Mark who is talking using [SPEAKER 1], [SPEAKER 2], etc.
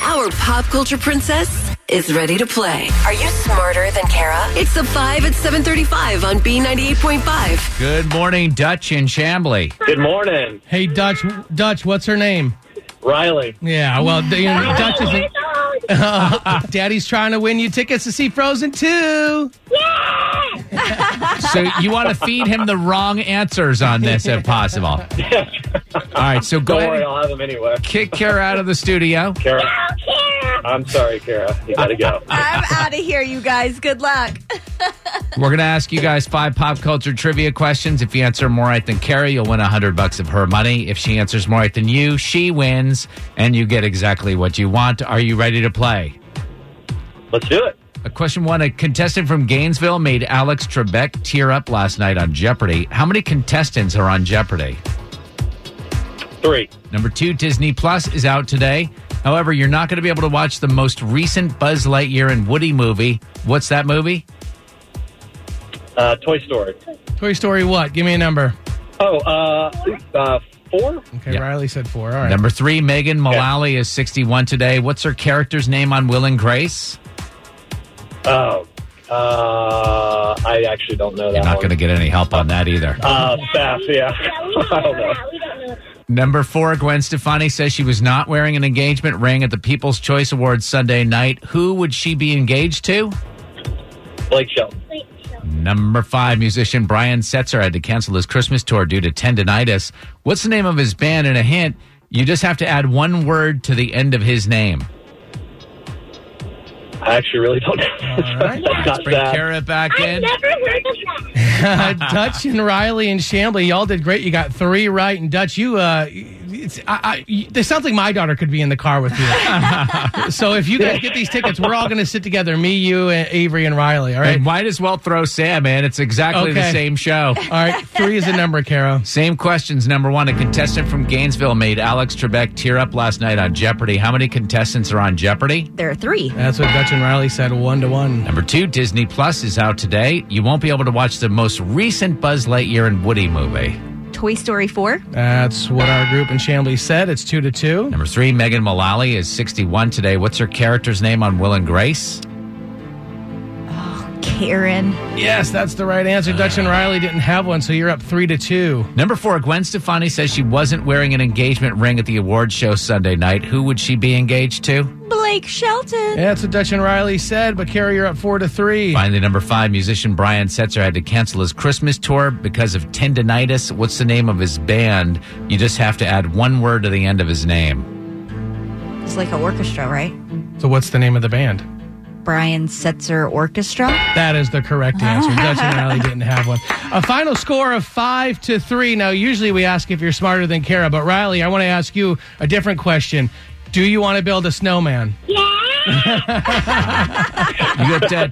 [SPEAKER 1] Our pop culture princess is ready to play.
[SPEAKER 2] Are you smarter than Kara?
[SPEAKER 1] It's the 5 at 735 on B98.5.
[SPEAKER 3] Good morning, Dutch and Chambly.
[SPEAKER 4] Good morning,
[SPEAKER 5] Hey Dutch, Dutch, what's her name?
[SPEAKER 4] Riley.
[SPEAKER 5] Yeah, well, you know, Dutch is. Daddy's trying to win you tickets to see Frozen 2.
[SPEAKER 3] So you want to feed him the wrong answers on this if possible. All right, so go
[SPEAKER 4] Don't
[SPEAKER 3] ahead
[SPEAKER 4] worry,
[SPEAKER 3] and
[SPEAKER 4] I'll have him anyway.
[SPEAKER 3] kick Kara out of the studio.
[SPEAKER 4] Kara. I'm sorry, Oh, Kara. You gotta go.
[SPEAKER 6] I'm out of here, you guys. Good luck.
[SPEAKER 3] We're going to ask you guys five pop culture trivia questions. If you answer more right than Kara, you'll win 100 bucks of her money. If she answers more right than you, she wins and you get exactly what you want. Are you ready to play?
[SPEAKER 4] Let's do it.
[SPEAKER 3] Uh, Question one A contestant from Gainesville made Alex Trebek tear up last night on Jeopardy. How many contestants are on Jeopardy?
[SPEAKER 4] Three.
[SPEAKER 3] Number two, Disney Plus is out today. However, you're not going to be able to watch the most recent Buzz Lightyear and Woody movie. What's that movie?
[SPEAKER 4] Uh, Toy Story.
[SPEAKER 5] Toy Story what? Give me a number.
[SPEAKER 4] Oh, uh, uh, four.
[SPEAKER 5] Okay,
[SPEAKER 3] Yeah.
[SPEAKER 5] Riley said four. All right.
[SPEAKER 3] Number three, Megan Mullally is 61 today. What's her character's name on Will and Grace?
[SPEAKER 4] Oh, uh, I actually don't know that.
[SPEAKER 3] You're not
[SPEAKER 4] one.
[SPEAKER 3] going to get any help on that either.
[SPEAKER 4] Uh, Beth. Yeah. I don't know.
[SPEAKER 3] Number four, Gwen Stefani says she was not wearing an engagement ring at the People's Choice Awards Sunday night. Who would she be engaged to?
[SPEAKER 4] Blake Shelton.
[SPEAKER 3] Number five, musician Brian Setzer had to cancel his Christmas tour due to tendonitis. What's the name of his band? And a hint, you just have to add one word to the end of his name.
[SPEAKER 4] I actually really don't know.
[SPEAKER 5] right.
[SPEAKER 4] That's not
[SPEAKER 3] Bring
[SPEAKER 4] bad.
[SPEAKER 3] Kara back in.
[SPEAKER 5] Uh, Dutch and Riley and Shambly, y'all did great. You got three right. And Dutch, you, uh, it's, I, I, you- this sounds like my daughter could be in the car with you. so if you guys get these tickets, we're all going to sit together, me, you, and Avery and Riley. All right.
[SPEAKER 3] And might as well throw Sam in. It's exactly the
[SPEAKER 5] Okay.
[SPEAKER 3] same show.
[SPEAKER 5] All right. Three is a number, Kara.
[SPEAKER 3] Same questions. Number one, a contestant from Gainesville made Alex Trebek tear up last night on Jeopardy. How many contestants are on Jeopardy?
[SPEAKER 6] There are three.
[SPEAKER 5] That's what Dutch and Riley said, one to one.
[SPEAKER 3] Number two, Disney Plus is out today. You won't be able to watch the most recent Buzz Lightyear and Woody movie.
[SPEAKER 6] Toy Story 4.
[SPEAKER 5] That's what our group and Shambly said. It's two to two.
[SPEAKER 3] Number three, Megan Mullally is 61 today. What's her character's name on Will and Grace?
[SPEAKER 6] Karen.
[SPEAKER 5] Yes, that's the right answer. Dutch and Riley didn't have one, so you're up three to two.
[SPEAKER 3] Number four, Gwen Stefani says she wasn't wearing an engagement ring at the awards show Sunday night. Who would she be engaged to?
[SPEAKER 6] Blake Shelton.
[SPEAKER 5] Yeah, that's what Dutch and Riley said, but Kara, you're up four to three.
[SPEAKER 3] Finally, number five, musician Brian Setzer had to cancel his Christmas tour because of tendonitis. What's the name of his band? You just have to add one word to the end of his name.
[SPEAKER 6] It's like an orchestra, right?
[SPEAKER 5] So what's the name of the band?
[SPEAKER 6] Brian Setzer Orchestra.
[SPEAKER 5] That is the correct answer. Dutch and Riley didn't have one. A final score of five to three. Now, usually we ask if you're smarter than Kara, but Riley, I want to ask you a different question. Do you want to build a snowman?
[SPEAKER 3] You get uh,